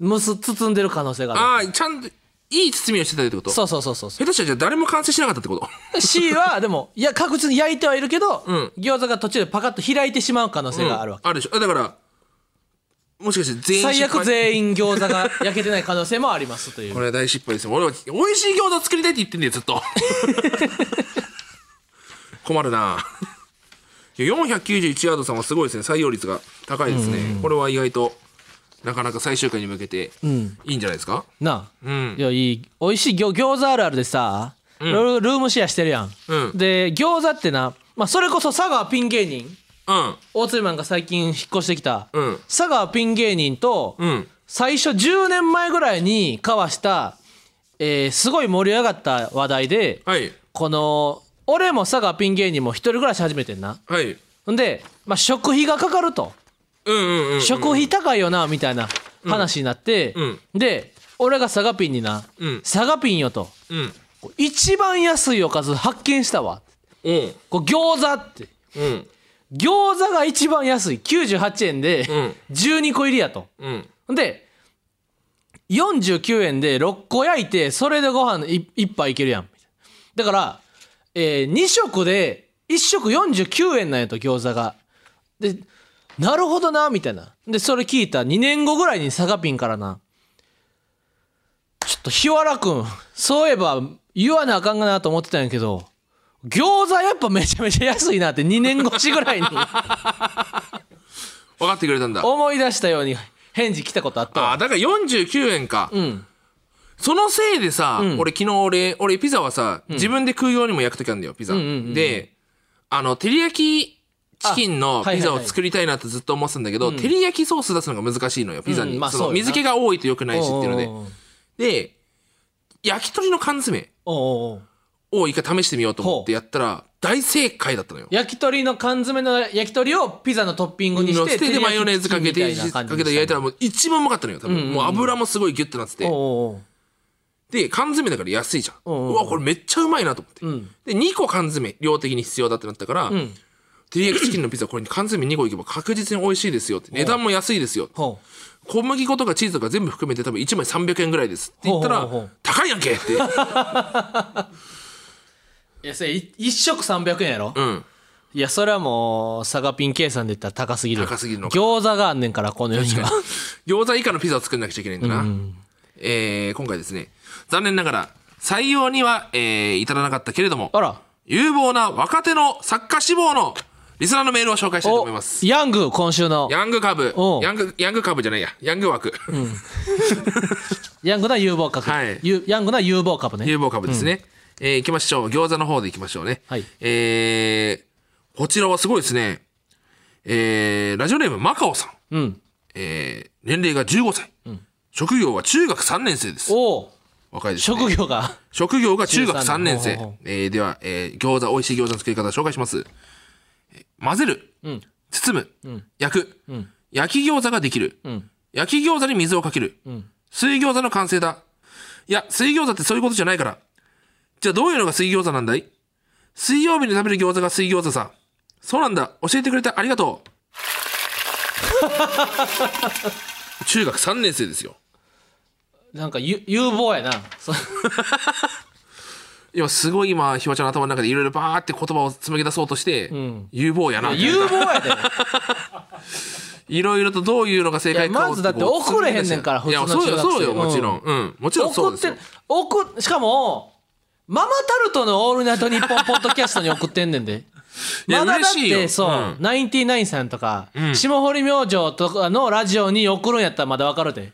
[SPEAKER 1] 蒸す包んでる可能性がある
[SPEAKER 2] ああ、ちゃんと、いい包みをしてたってこと
[SPEAKER 1] そうそうそうそうそ
[SPEAKER 2] 下手したらじゃあ誰も完成しなかったってこと
[SPEAKER 1] う C はでもいや確実に焼いてはいるけど、
[SPEAKER 2] ん
[SPEAKER 1] 餃子が途中でパカッと開いてしまう可能性があるわけ、
[SPEAKER 2] うんあるでしょあだからもしかして全員
[SPEAKER 1] 最
[SPEAKER 2] 失
[SPEAKER 1] 悪
[SPEAKER 2] 敗
[SPEAKER 1] 全員餃子が焼けてない可能性もありますとい
[SPEAKER 2] こ
[SPEAKER 1] う
[SPEAKER 2] れは大失敗ですよ俺は美味しい餃子作りたいって言ってんだよずっ
[SPEAKER 1] *laughs*
[SPEAKER 2] と困るないや491ヤードさんはすごいですね採用率が高いですね、これは意外となかなか最終回に向けていいんじゃないですか
[SPEAKER 1] なあ、
[SPEAKER 2] うん
[SPEAKER 1] いやいい美味しい餃餃子あるあるでさ、ルルームシェアしてるやん、
[SPEAKER 2] うん
[SPEAKER 1] で餃子ってな、まあ、それこそ佐川ピン芸人
[SPEAKER 2] うん
[SPEAKER 1] 大鶴マンが最近引っ越してきた、
[SPEAKER 2] うん
[SPEAKER 1] 佐川ピン芸人と、
[SPEAKER 2] うん
[SPEAKER 1] 最初10年前ぐらいに交わしたえーすごい盛り上がった話題で、
[SPEAKER 2] はい
[SPEAKER 1] この俺も佐賀ピン芸人も一人暮らし始めてんな
[SPEAKER 2] はい
[SPEAKER 1] んで、まあ、食費がかかると、
[SPEAKER 2] うんうんうん
[SPEAKER 1] 食費高いよなみたいな話になって、
[SPEAKER 2] うん
[SPEAKER 1] で俺が佐賀ピンにな、
[SPEAKER 2] うん
[SPEAKER 1] 佐賀ピンよと
[SPEAKER 2] うん
[SPEAKER 1] 一番安いおかず発見したわ
[SPEAKER 2] うん
[SPEAKER 1] こう餃子って
[SPEAKER 2] うん
[SPEAKER 1] 餃子が一番安い98円で
[SPEAKER 2] ん
[SPEAKER 1] 12個入りやと、
[SPEAKER 2] うん
[SPEAKER 1] で49円で6個焼いてそれでご飯い1杯いけるやんだから、え2食で1食49円なんやと餃子がでなるほどなみたいなでそれ聞いた2年後ぐらいに佐賀ピンからなちょっと日原君そういえば言わなあかんがなと思ってたんやけど餃子やっぱめちゃめちゃ安いなって2年越しぐらいに
[SPEAKER 2] 分かってくれたんだ
[SPEAKER 1] 思い出したように返事来たことあったわ
[SPEAKER 2] あだから49円か、
[SPEAKER 1] ん
[SPEAKER 2] そのせいでさ、俺昨日俺俺ピザはさ、自分で食うようにも焼く時あるんだよピザ、
[SPEAKER 1] んうんうん
[SPEAKER 2] であの照り焼きチキンの
[SPEAKER 1] あはいはいはい
[SPEAKER 2] ピザを作りたいなってずっと思ってたんだけど、照り焼きソース出すのが難しいのよピザに、
[SPEAKER 1] うんまあ
[SPEAKER 2] そ
[SPEAKER 1] そう
[SPEAKER 2] の
[SPEAKER 1] よな
[SPEAKER 2] 水気が多いと良くないしっていうので
[SPEAKER 1] おうおうおう
[SPEAKER 2] で焼き鳥の缶詰
[SPEAKER 1] おうおう
[SPEAKER 2] を一回試してみようと思ってやったら大正解だったのよ
[SPEAKER 1] 焼き鳥の缶詰の焼き鳥をピザのトッピングにし
[SPEAKER 2] のス
[SPEAKER 1] て
[SPEAKER 2] テでマヨネーズかけて
[SPEAKER 1] 照り焼きチキンみたい
[SPEAKER 2] か
[SPEAKER 1] な感
[SPEAKER 2] け
[SPEAKER 1] じ
[SPEAKER 2] て焼いたらもう一番うまかったのよ多分、
[SPEAKER 1] うんうん
[SPEAKER 2] もう油もすごいギュッとなってて
[SPEAKER 1] おうおう
[SPEAKER 2] で缶詰だから安いじゃん、う
[SPEAKER 1] うんうん
[SPEAKER 2] わこれめっちゃうまいなと思って、
[SPEAKER 1] ん
[SPEAKER 2] で2個缶詰量的に必要だってなったから、
[SPEAKER 1] ん
[SPEAKER 2] 照り焼きチキンのピザこれに缶詰2個いけば確実に美味しいですよって値段も安いですよ
[SPEAKER 1] おうほ
[SPEAKER 2] 小麦粉とかチーズとか全部含めて多分1枚300円ぐらいですって言ったら
[SPEAKER 1] ほうほうほう
[SPEAKER 2] 高いやんけって
[SPEAKER 1] *laughs* ういやそれい一食300円やろ、
[SPEAKER 2] うん
[SPEAKER 1] いやそれはもう佐賀ピン計算で言ったら高すぎる
[SPEAKER 2] 高すぎるのか
[SPEAKER 1] 餃子があんねんからこの世には
[SPEAKER 2] 餃子以下のピザを作んなくちゃいけないんだな、えー今回ですね残念ながら採用には、えー至らなかったけれども
[SPEAKER 1] あら
[SPEAKER 2] 有望な若手の作家志望のリスナーのメールを紹介したいと思います
[SPEAKER 1] ヤング今週の
[SPEAKER 2] ヤング株
[SPEAKER 1] おう
[SPEAKER 2] ヤングヤング株じゃないやヤング枠、
[SPEAKER 1] ヤングな有望株、
[SPEAKER 2] はい
[SPEAKER 1] ゆヤングな有望株ね
[SPEAKER 2] 有望株ですね、えー行きましょう餃子の方で行きましょうね
[SPEAKER 1] はい
[SPEAKER 2] えーこちらはすごいですねえーラジオネームマカオさん
[SPEAKER 1] うん
[SPEAKER 2] えー年齢が15歳、職業は中学3年生です
[SPEAKER 1] おお
[SPEAKER 2] 若いです、ね、
[SPEAKER 1] 職業が
[SPEAKER 2] 職業が中学3
[SPEAKER 1] 13
[SPEAKER 2] 年生
[SPEAKER 1] ほうほうほ。
[SPEAKER 2] えーでは、えー餃子、美味しい餃子の作り方を紹介します。えー混ぜる。
[SPEAKER 1] ん
[SPEAKER 2] 包む。焼く、焼き餃子ができる、
[SPEAKER 1] ん
[SPEAKER 2] 焼き餃子に水をかける、水餃子の完成だ。いや、水餃子ってそういうことじゃないから。じゃあどういうのが水餃子なんだい水曜日に食べる餃子が水餃子さ。そうなんだ。教えてくれてありがと
[SPEAKER 1] *laughs*
[SPEAKER 2] う。中学3年生ですよ。
[SPEAKER 1] なんかゆ有望やな
[SPEAKER 2] *laughs*
[SPEAKER 1] そ
[SPEAKER 2] 今すごい今ひわちゃんの頭の中でいろいろバーって言葉を紡ぎ出そうとして、
[SPEAKER 1] ん
[SPEAKER 2] 有望やな
[SPEAKER 1] 有望やで
[SPEAKER 2] いろいろとどういうのが正解かを
[SPEAKER 1] いやまずだって送れへんねんから
[SPEAKER 2] いや
[SPEAKER 1] 普通の
[SPEAKER 2] そうよそ
[SPEAKER 1] 中学生
[SPEAKER 2] うよもちろん、うんもちろんそう
[SPEAKER 1] 送
[SPEAKER 2] で
[SPEAKER 1] っ
[SPEAKER 2] す
[SPEAKER 1] て
[SPEAKER 2] よ
[SPEAKER 1] 送しかもママタルトの「オールナイトニッポン」ポッドキャストに送ってんねんで
[SPEAKER 2] いや
[SPEAKER 1] まだだっ
[SPEAKER 2] 嬉しいよ
[SPEAKER 1] てそう、
[SPEAKER 2] うん
[SPEAKER 1] ナインティナインさんとか、霜降り明星とかのラジオに送るんやったらまだわかるで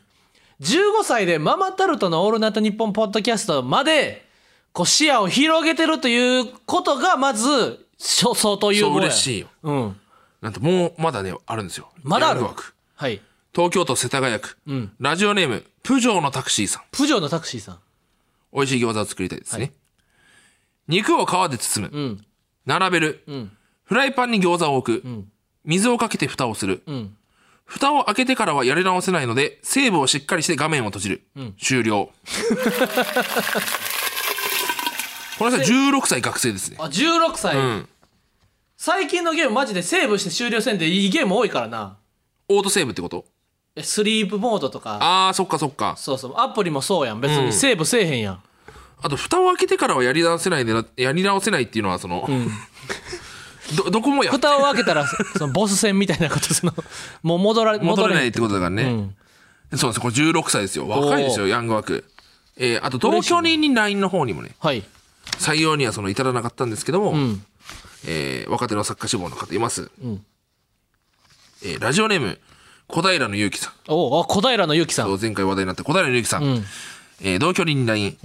[SPEAKER 1] 15歳でママタルトの「オールナイトニッポン」ポッドキャストまでこう視野を広げてるということがまずしょ相当有
[SPEAKER 2] そう
[SPEAKER 1] 望や
[SPEAKER 2] 嬉しいよ
[SPEAKER 1] うん
[SPEAKER 2] なんともうまだねあるんですよ
[SPEAKER 1] まだあ
[SPEAKER 2] ヤ
[SPEAKER 1] る
[SPEAKER 2] ング枠
[SPEAKER 1] はい
[SPEAKER 2] 東京都世田谷区、ラジオネームプジョーのタクシーさん
[SPEAKER 1] プジョーのタクシーさん
[SPEAKER 2] 美味しい餃子を作りたいですね、肉を皮で包む、
[SPEAKER 1] ん
[SPEAKER 2] 並べる、フライパンに餃子を置く、水をかけて蓋をする、
[SPEAKER 1] ん
[SPEAKER 2] 蓋を開けてからはやり直せないのでセーブをしっかりして画面を閉じる、終了この人は16歳学生ですね
[SPEAKER 1] あ16歳、
[SPEAKER 2] ん
[SPEAKER 1] 最近のゲームマジでセーブして終了せんでいいゲーム多いからな
[SPEAKER 2] オートセーブってこと
[SPEAKER 1] えスリープモードとか
[SPEAKER 2] あーそっかそっか
[SPEAKER 1] そうそうアプリもそうやん別
[SPEAKER 2] うん
[SPEAKER 1] にセーブせえへんやん、
[SPEAKER 2] あと蓋を開けてからはやり直せないでなやり直せないっていうのはその、 *laughs* どどこもや
[SPEAKER 1] 蓋を開けたら *laughs* そのボス戦みたいなことその *laughs* もう戻ら
[SPEAKER 2] 戻れない
[SPEAKER 1] へ
[SPEAKER 2] っ
[SPEAKER 1] ん
[SPEAKER 2] てことだからね、そうですこれ16歳ですよ若いですよ
[SPEAKER 1] おー
[SPEAKER 2] ヤング枠えーあと東京に LINE の方にもね
[SPEAKER 1] はい
[SPEAKER 2] 採用にはその至らなかったんですけども、
[SPEAKER 1] ん
[SPEAKER 2] えー若手の作家志望の方います、えーラジオネーム小平の勇気さん
[SPEAKER 1] おうあ小平のゆきさ
[SPEAKER 2] そ
[SPEAKER 1] ん
[SPEAKER 2] う前回話題になった小平の勇気さん、えー同居人 LINE、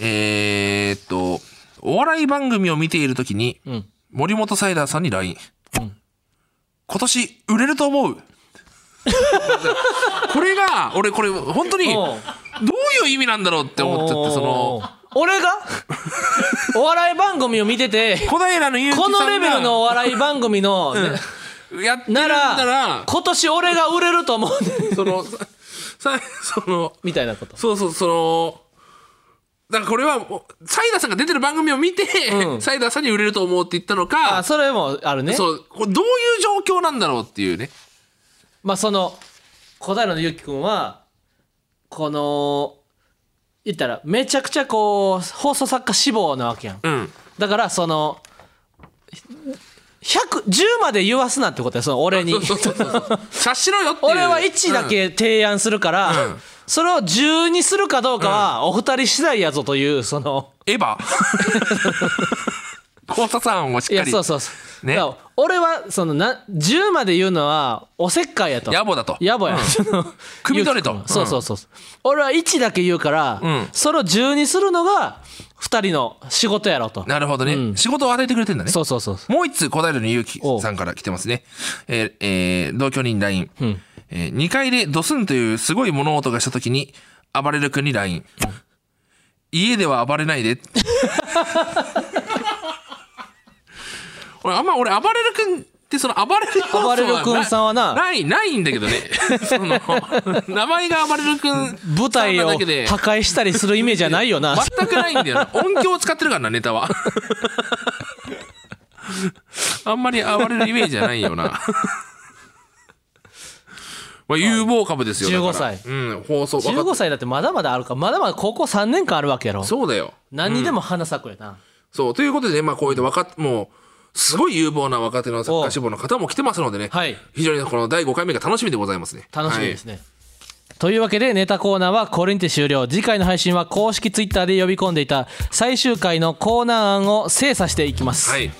[SPEAKER 2] えーっとお笑い番組を見ている時に、森本サイダーさんに LINE、今年売れ
[SPEAKER 1] *laughs*
[SPEAKER 2] ると思うこれが俺これ本当に
[SPEAKER 1] お
[SPEAKER 2] ど
[SPEAKER 1] う
[SPEAKER 2] うういう意味なんだろうって思っちゃってその
[SPEAKER 1] 俺
[SPEAKER 2] *laughs*
[SPEAKER 1] がお笑い番組を見てて
[SPEAKER 2] 小平の勇気さ
[SPEAKER 1] こ
[SPEAKER 2] んが
[SPEAKER 1] のレベルのお笑い番組の、
[SPEAKER 2] やってるん
[SPEAKER 1] な
[SPEAKER 2] だ
[SPEAKER 1] ら
[SPEAKER 2] ら
[SPEAKER 1] 今年俺が売れると思うねん *laughs*
[SPEAKER 2] そのささその
[SPEAKER 1] みたいなこと
[SPEAKER 2] そうそうそのだからこれはもうサイダーさんが出てる番組を見て、
[SPEAKER 1] うん
[SPEAKER 2] サイダーさんに売れると思うって言ったの
[SPEAKER 1] あ
[SPEAKER 2] か
[SPEAKER 1] それもあるね
[SPEAKER 2] そうこれどういう状況なんだろうっていうね
[SPEAKER 1] まあその小平のゆきくんはこの言ったらめちゃくちゃこう放送作家志望なわけやん
[SPEAKER 2] うん
[SPEAKER 1] だからその110まで言わすなってことやその俺に
[SPEAKER 2] そうそうそうそう察しろよっていう
[SPEAKER 1] *laughs* 俺は1だけ提案するから、
[SPEAKER 2] ん
[SPEAKER 1] それを10にするかどうかはお二人次第やぞというその
[SPEAKER 2] エヴ
[SPEAKER 1] *laughs*
[SPEAKER 2] ァ考察案をし
[SPEAKER 1] い
[SPEAKER 2] っか
[SPEAKER 1] や
[SPEAKER 2] り
[SPEAKER 1] そうそうそう、
[SPEAKER 2] ね
[SPEAKER 1] だから俺はそのな10まで言うのはおせっかいやと
[SPEAKER 2] 野暮だと
[SPEAKER 1] やぼや、そ *laughs* の
[SPEAKER 2] 汲み取れと
[SPEAKER 1] ゆうきくんそうそうそう、俺は1だけ言うから、
[SPEAKER 2] ん
[SPEAKER 1] それを10にするのが2人の仕事やろと
[SPEAKER 2] なるほどね、仕事を与えてくれてんだね
[SPEAKER 1] そうそうそう
[SPEAKER 2] もう一通、小平の勇気さんから来てますね。えーえー同居人 LINE。え2階でドスンというすごい物音がした時に、暴れる君に LINE。家では暴れないで。
[SPEAKER 1] *laughs*
[SPEAKER 2] 俺、あんま俺、暴れる君ってその暴れる要素は
[SPEAKER 1] 暴れる君さんはな
[SPEAKER 2] ない、ないんだけ
[SPEAKER 1] *laughs*
[SPEAKER 2] どね。その、名前が暴れる君
[SPEAKER 1] 舞台
[SPEAKER 2] さん
[SPEAKER 1] を
[SPEAKER 2] な
[SPEAKER 1] 破
[SPEAKER 2] だけで
[SPEAKER 1] 壊したりするイメージはないよ
[SPEAKER 2] *laughs*
[SPEAKER 1] な
[SPEAKER 2] 全くないんだよな
[SPEAKER 1] *laughs*
[SPEAKER 2] 音響を使ってるからなネタはあんまり暴れるイメージじゃないよ
[SPEAKER 1] *laughs*
[SPEAKER 2] なまあ有望株ですよだから
[SPEAKER 1] 15歳
[SPEAKER 2] うん放送若
[SPEAKER 1] 15歳だってまだまだあるからまだまだ高校3年間あるわけやろ
[SPEAKER 2] そうだよ
[SPEAKER 1] 何にでも花咲くやな、
[SPEAKER 2] そうということでねまあこういった若もうすごい有望な若手の作家志望の方も来てますのでね、
[SPEAKER 1] はい
[SPEAKER 2] 非常にこの第5回目が楽しみでございますね
[SPEAKER 1] 楽しみですね、というわけでネタコーナーはこれにて終了次回の配信は公式ツイッターで呼び込んでいた最終回のコーナー案を精査していきます、
[SPEAKER 2] はい、は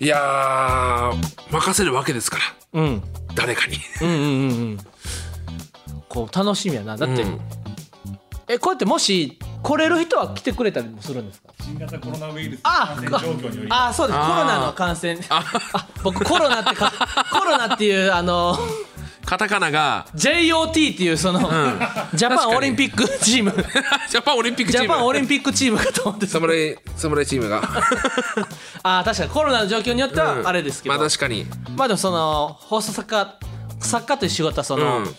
[SPEAKER 2] い、いやー任せるわけですから
[SPEAKER 1] うん、
[SPEAKER 2] 誰かに
[SPEAKER 1] うんうんうんうんこう楽しみやなだって、
[SPEAKER 2] うん
[SPEAKER 1] えこうやってもし来れる人は来てくれたりもするんですか
[SPEAKER 6] 新型コロナウイルス
[SPEAKER 1] あ
[SPEAKER 6] 感染状況により
[SPEAKER 1] ああそうです
[SPEAKER 2] あ
[SPEAKER 1] コ
[SPEAKER 2] ー
[SPEAKER 1] ロナの感染あ僕コロナっ
[SPEAKER 2] *laughs*
[SPEAKER 1] てかコロナっていうあの
[SPEAKER 2] カタカナが
[SPEAKER 1] JOT っていうその、ジャパンオリンピックチーム
[SPEAKER 2] ジャパンオリンピック
[SPEAKER 1] *laughs* ジ
[SPEAKER 2] チーム
[SPEAKER 1] ャパンオリンピックチームかと思って
[SPEAKER 2] 侍侍チームが
[SPEAKER 1] ああ確かにコロナの状況によっては *laughs* あれですけど、
[SPEAKER 2] まあ確かに
[SPEAKER 1] まあでもその放送作家作家という仕事はその、
[SPEAKER 2] うん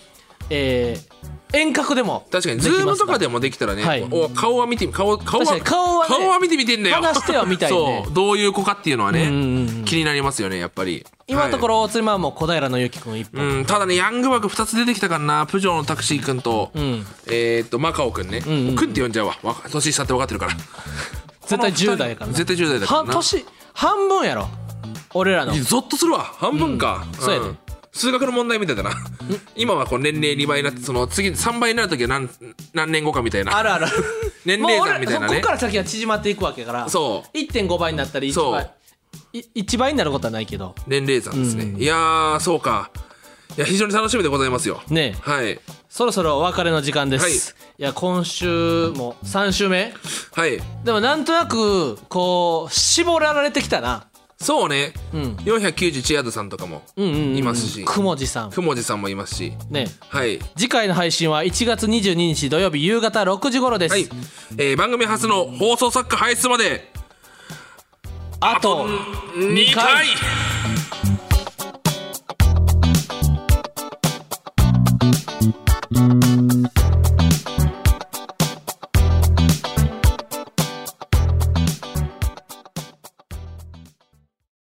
[SPEAKER 1] えー遠隔でも
[SPEAKER 2] 確かにズームとか
[SPEAKER 1] で
[SPEAKER 2] でもできたらね、
[SPEAKER 1] はい
[SPEAKER 2] お顔は見てみ顔顔
[SPEAKER 1] 確か
[SPEAKER 2] は
[SPEAKER 1] に顔はね
[SPEAKER 2] 見てみてんだよ
[SPEAKER 1] 話してはみたいね
[SPEAKER 2] *laughs* そうどういう子かっていうのはね、
[SPEAKER 1] うんうん
[SPEAKER 2] 気になりますよねやっぱり
[SPEAKER 1] 今のとこ
[SPEAKER 2] ろ、
[SPEAKER 1] ろ大鶴マンも小平のゆきくん一本、
[SPEAKER 2] はいうん、ただねヤング枠2つ出てきたからなプジョーのタクシーくんと、
[SPEAKER 1] ん
[SPEAKER 2] えーっとマカオくんね、くんって呼んじゃうわわ年下って分かってるから
[SPEAKER 1] 絶対10代やからな
[SPEAKER 2] 絶対10代だから
[SPEAKER 1] 半
[SPEAKER 2] な
[SPEAKER 1] 年半分やろ俺らの
[SPEAKER 2] ゾッとするわ半分か、ん
[SPEAKER 1] そうやね
[SPEAKER 2] 数学の問題みたいだな今はこう年齢2倍になってその次3倍になる時は何何年後かみたいな
[SPEAKER 1] あるある
[SPEAKER 2] *laughs* 年
[SPEAKER 1] もう
[SPEAKER 2] 齢
[SPEAKER 1] 俺
[SPEAKER 2] 差みたいな
[SPEAKER 1] ここ
[SPEAKER 2] ね
[SPEAKER 1] から先は縮まっていくわけやから
[SPEAKER 2] そう
[SPEAKER 1] 1.5倍になったり1
[SPEAKER 2] そ
[SPEAKER 1] 倍
[SPEAKER 2] う
[SPEAKER 1] い1倍になることはないけど
[SPEAKER 2] 年齢差ですね、いやーそうかいや非常に楽しみでございますよ
[SPEAKER 1] ねえ
[SPEAKER 2] はい
[SPEAKER 1] そろそろお別れの時間です、い、や今週も3週目
[SPEAKER 2] はい
[SPEAKER 1] でもなんとなくこう絞られてきたな
[SPEAKER 2] そうね、
[SPEAKER 1] ん
[SPEAKER 2] 490チアードさんとかも
[SPEAKER 1] うんうんうんうん
[SPEAKER 2] いますし、
[SPEAKER 1] くもじさん
[SPEAKER 2] くもじさんもいますし
[SPEAKER 1] ね
[SPEAKER 2] はい
[SPEAKER 1] 次回の配信は1月22日土曜日夕方6時頃です、
[SPEAKER 2] はい、えー番組初の放送作家輩出まで
[SPEAKER 1] あと
[SPEAKER 2] 2回